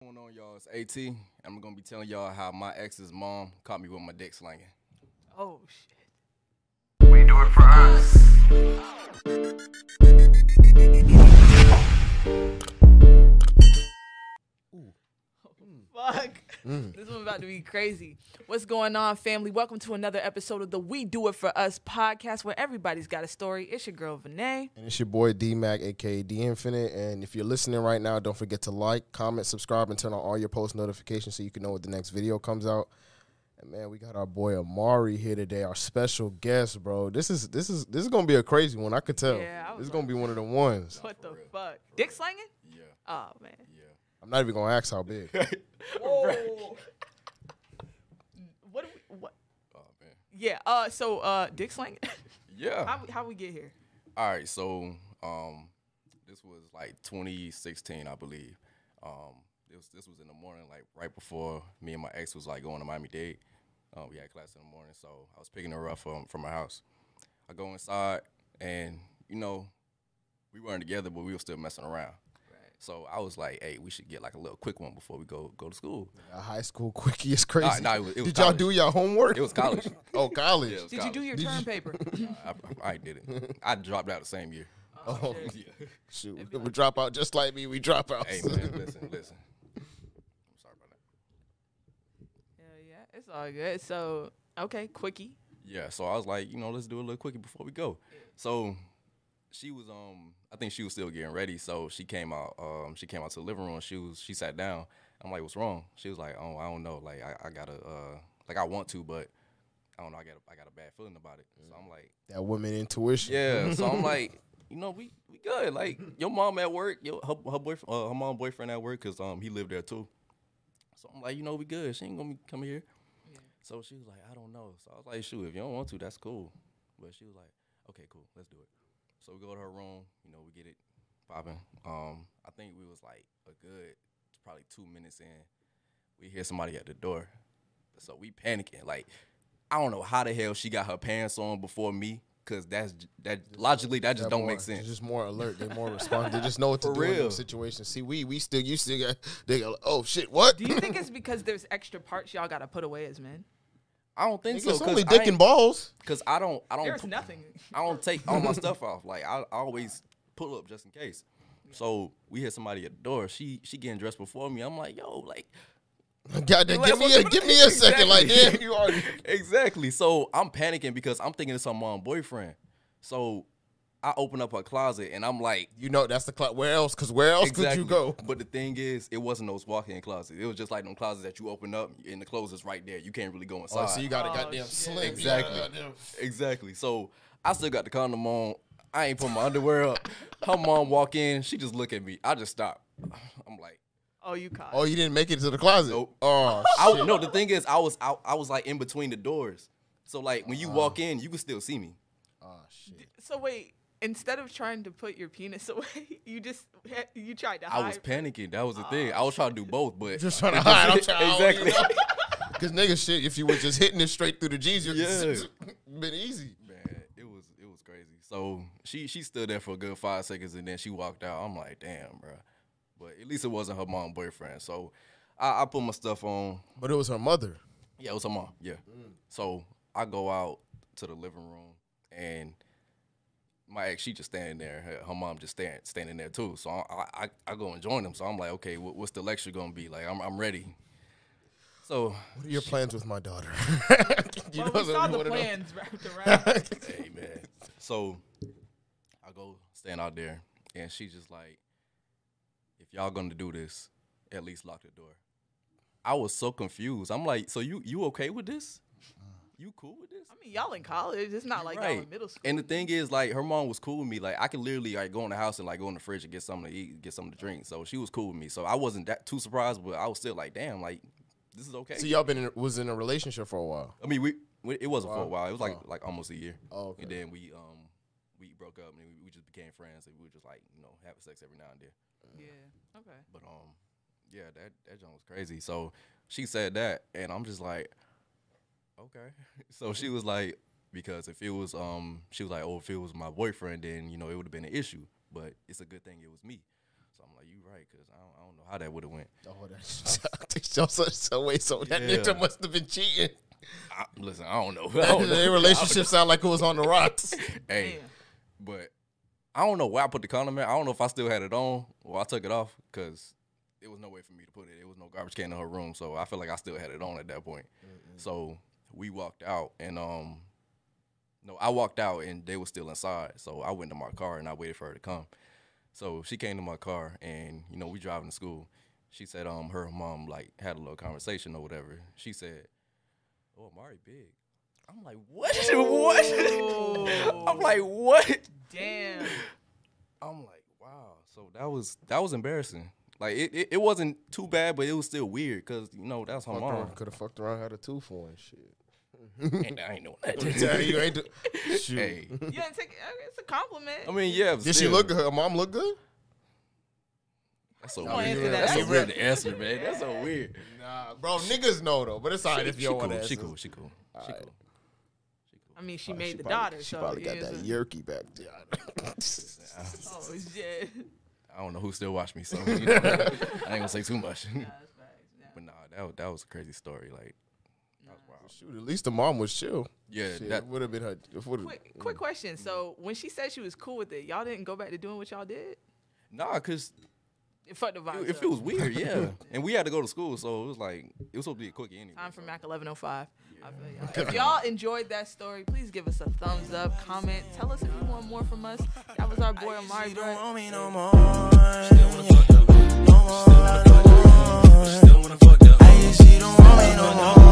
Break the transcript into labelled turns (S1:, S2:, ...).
S1: going on, y'all? It's AT. and I'm gonna be telling y'all how my ex's mom caught me with my dick slinging.
S2: Oh shit.
S3: We do it for us.
S2: Fuck. This one's about to be crazy. What's going on, family? Welcome to another episode of the We Do It For Us podcast where everybody's got a story. It's your girl, Vinay.
S4: And it's your boy D Mac, aka D Infinite. And if you're listening right now, don't forget to like, comment, subscribe, and turn on all your post notifications so you can know when the next video comes out. And man, we got our boy Amari here today, our special guest, bro. This is this is this is gonna be a crazy one. I could tell.
S2: Yeah, I was
S4: this is gonna be one of the ones.
S2: What the fuck? Dick slanging?
S1: Yeah,
S2: Oh, man.
S1: yeah.
S4: I'm not even gonna ask how big.
S2: Whoa. what do we, what?
S1: Oh man.
S2: Yeah, uh, so uh, dick slanging?
S1: Yeah.
S2: how, how we get here?
S1: All right, so um, this was like 2016, I believe. Um, this this was in the morning, like right before me and my ex was like going to Miami Dade. Uh, we had class in the morning, so I was picking her up from from her house. I go inside, and you know, we weren't together, but we were still messing around. So I was like, "Hey, we should get like a little quick one before we go go to school."
S4: a high school quickie is crazy.
S1: Nah, nah, it was- it was
S4: Did y'all
S1: college.
S4: do your homework?
S1: It was college.
S4: oh, college.
S1: Yeah, it was
S2: Did you do your
S4: Did
S2: term
S4: you-
S2: paper?
S1: I, I, I did it. I dropped out the same year.
S4: Oh, shoot. we drop out just like me. We drop out.
S1: Hey man, listen, listen. I'm sorry about that.
S2: Yeah, yeah, it's all good. So, okay, quickie.
S1: Yeah, so I was like, you know, let's do a little quickie before we go. So she was um I think she was still getting ready, so she came out um she came out to the living room, she was she sat down. I'm like, What's wrong? She was like, Oh, I don't know, like I, I gotta uh like I want to, but I don't know, I got a, I got a bad feeling about it. So I'm like,
S4: that woman intuition.
S1: Yeah. So I'm like, you know, we we good. Like your mom at work, your her, her boyfriend uh, her mom boyfriend at work, cause um he lived there too. So I'm like, you know, we good. She ain't gonna be coming here. So she was like, I don't know. So I was like, shoot, if you don't want to, that's cool. But she was like, okay, cool, let's do it. So we go to her room, you know, we get it popping. Um, I think we was like a good probably two minutes in. We hear somebody at the door. So we panicking. Like, I don't know how the hell she got her pants on before me, cause that's j- that logically that just
S4: That
S1: don't
S4: more-
S1: make sense.
S4: They're just more alert. They're more responsive. They just know what to
S1: For
S4: do in
S1: real.
S4: those situations. See, we we still you still got they go. Oh shit! What?
S2: Do you think it's because there's extra parts y'all gotta put away as men?
S1: I don't think
S4: Nigga,
S1: so.
S4: it's
S1: Cause
S4: only
S1: I,
S4: dick and
S1: ain't-
S4: balls.
S1: 'cause I don't I don't
S2: There's
S1: pu-
S2: nothing.
S1: I don't take all my stuff off. Like I, I always pull up just in case. So we hear somebody at the door. She she getting dressed before me. I'm like, yo, like
S4: Goddamn,
S1: Like,
S4: give me
S1: what-
S4: a give me a second. Like
S1: Exactly.
S4: damn, you already.
S1: exactly. So I'm panicking because I'm thinking it's her mom boyfriend. So I open up her closet and I'm like,
S4: You know that's the clock. Where else? Because where else could
S1: exactly.
S4: you go?
S1: But the thing is, it wasn't those walk-in closets. It was just like them closets that you open up and the clothes is right there. You can't really go inside.
S4: Oh, so you got a
S2: Oh,
S4: goddamn
S2: shit.
S4: slim.
S1: Exactly. Exactly. So I still got the condom on. I ain't put my underwear up. Her mom walk in. She just look at me. I just stop. I'm like,
S2: Oh, you caught.
S4: Oh, you didn't make it to the closet.
S1: Nope.
S4: Oh
S1: I no. The thing is, I was I, I was like in between the doors. So like when you walk in, you can still see me.
S4: shit.
S2: So wait, instead of trying to put your penis away, you just you tried to hide.
S1: I Oh, was panicking. That was the thing. I was trying to do both, but
S4: Just trying to hide. I'm trying
S1: exactly.
S4: Because nigga, shit. If you were just hitting it straight through the jeans, you'd
S1: Yeah.
S4: been easy.
S1: Man, it was it was crazy. So she she stood there for a good five seconds and then she walked out. I'm like, damn, bro. But at least it wasn't her mom boyfriend. So I, I put my stuff on.
S4: But it was her mother.
S1: Yeah, it was her mom. Yeah.
S4: Mm.
S1: So I go out to the living room and my ex, she just standing there. Her, her mom just stand, standing there too. So I, I I go and join them. So I'm like, okay, what, what's the lecture gonna be? Like, I'm I'm ready. So
S4: What are your plans with my daughter? you
S2: Well, we saw
S4: you
S2: the
S4: wanna know.
S2: plans wrapped around.
S1: hey man. So I go stand out there, and she's just like, "If y'all gonna do this, at least lock the door." I was so confused. I'm like, "So you you okay with this? You cool with this?"
S2: I mean, y'all in college. It's not like y'all in middle school.
S1: And the thing is, like, her mom was cool with me. Like, I could literally like go in the house and like go in the fridge and get something to eat, get something to drink. So she was cool with me. So I wasn't that too surprised, but I was still like, "Damn, like, this is okay."
S4: So y'all been in, was in a relationship for a while.
S1: I mean, we, we it wasn't for a
S4: Wow.
S1: while. It was like
S4: Wow.
S1: like almost a year.
S4: Oh, okay.
S1: And then we um we broke up and we, we just became friends and we were just like you know having sex every now and then.
S2: yeah. Okay.
S1: But um yeah, that that joint was crazy. So she said that and I'm just like okay. So she was like because if it was um she was like oh if it was my boyfriend then you know it would have been an issue but it's a good thing it was me. So I'm like, you right, cause I don't, I don't know how that would have went.
S4: Oh, that's so, so, so wait, so that
S1: Yeah.
S4: nigga must have been cheating.
S1: I, listen, I don't know. Oh, I don't know.
S4: Their relationship sound like it was on the rocks.
S1: hey,
S2: Damn.
S1: but I don't know where I put the condom at. I don't know if I still had it on or I took it off because there was no way for me to put it. There was no garbage can in her room, so I feel like I still had it on at that point. So we walked out, and um, no, I walked out, and they were still inside. So I went to my car and I waited for her to come. So she came to my car, and you know we driving to school. She said um her mom like had a little conversation or whatever. She said, "Oh, Amari big." I'm like, what? what? I'm like, what?
S2: Damn.
S1: I'm like, wow. So that was that was embarrassing. Like it, it, it wasn't too bad, but it was still weird because you know that's her mom,
S4: Could have fucked around, had a two for and shit.
S1: and I ain't know
S4: Yeah,
S1: that.
S4: you ain't do- Shoot.
S1: hey,
S2: You didn't take it. It's a compliment.
S1: I mean, yeah. but
S4: Did she
S1: still,
S4: look good? Her mom look good?
S1: That's so
S2: Don't
S1: weird.
S2: answer that.
S1: That's so
S4: That's
S1: weird to answer, man. That's so weird.
S4: Nah, bro, niggas know though, but it's alright if
S1: She
S4: you don't want
S1: cool.
S4: to.
S1: She cool. She cool. She
S4: Alright.
S1: cool.
S2: I mean, she made the
S4: probably,
S2: daughter.
S4: oh, She
S2: so
S4: probably
S2: it
S4: got
S2: is
S4: that
S2: a-
S4: yerky back there.
S2: Oh shit.
S1: I don't know who still watched me, so you know, I ain't gonna say too much.
S2: That's facts. Yeah.
S1: but nah, that was, that was a crazy story. Like, that was wild.
S4: Shoot, at least the mom was chill.
S1: Yeah,
S4: Shit,
S1: that,
S4: it would have been her. It would've-
S2: Quick, quick question. So when she said she was cool with it, y'all didn't go back to doing what y'all did?
S1: nah, cause
S2: Fuck the vibes.
S1: it, it
S2: up.
S1: feels weird, yeah. and we had to go to school, so it was like it was supposed to be a quickie anyway.
S2: Time for Mac 1105. I feel y'all. If y'all enjoyed that story, please give us a thumbs up, comment, tell us if you want more from us. That was our boy Amari Brett.
S5: want me no more. No more. I guess she don't want me no more.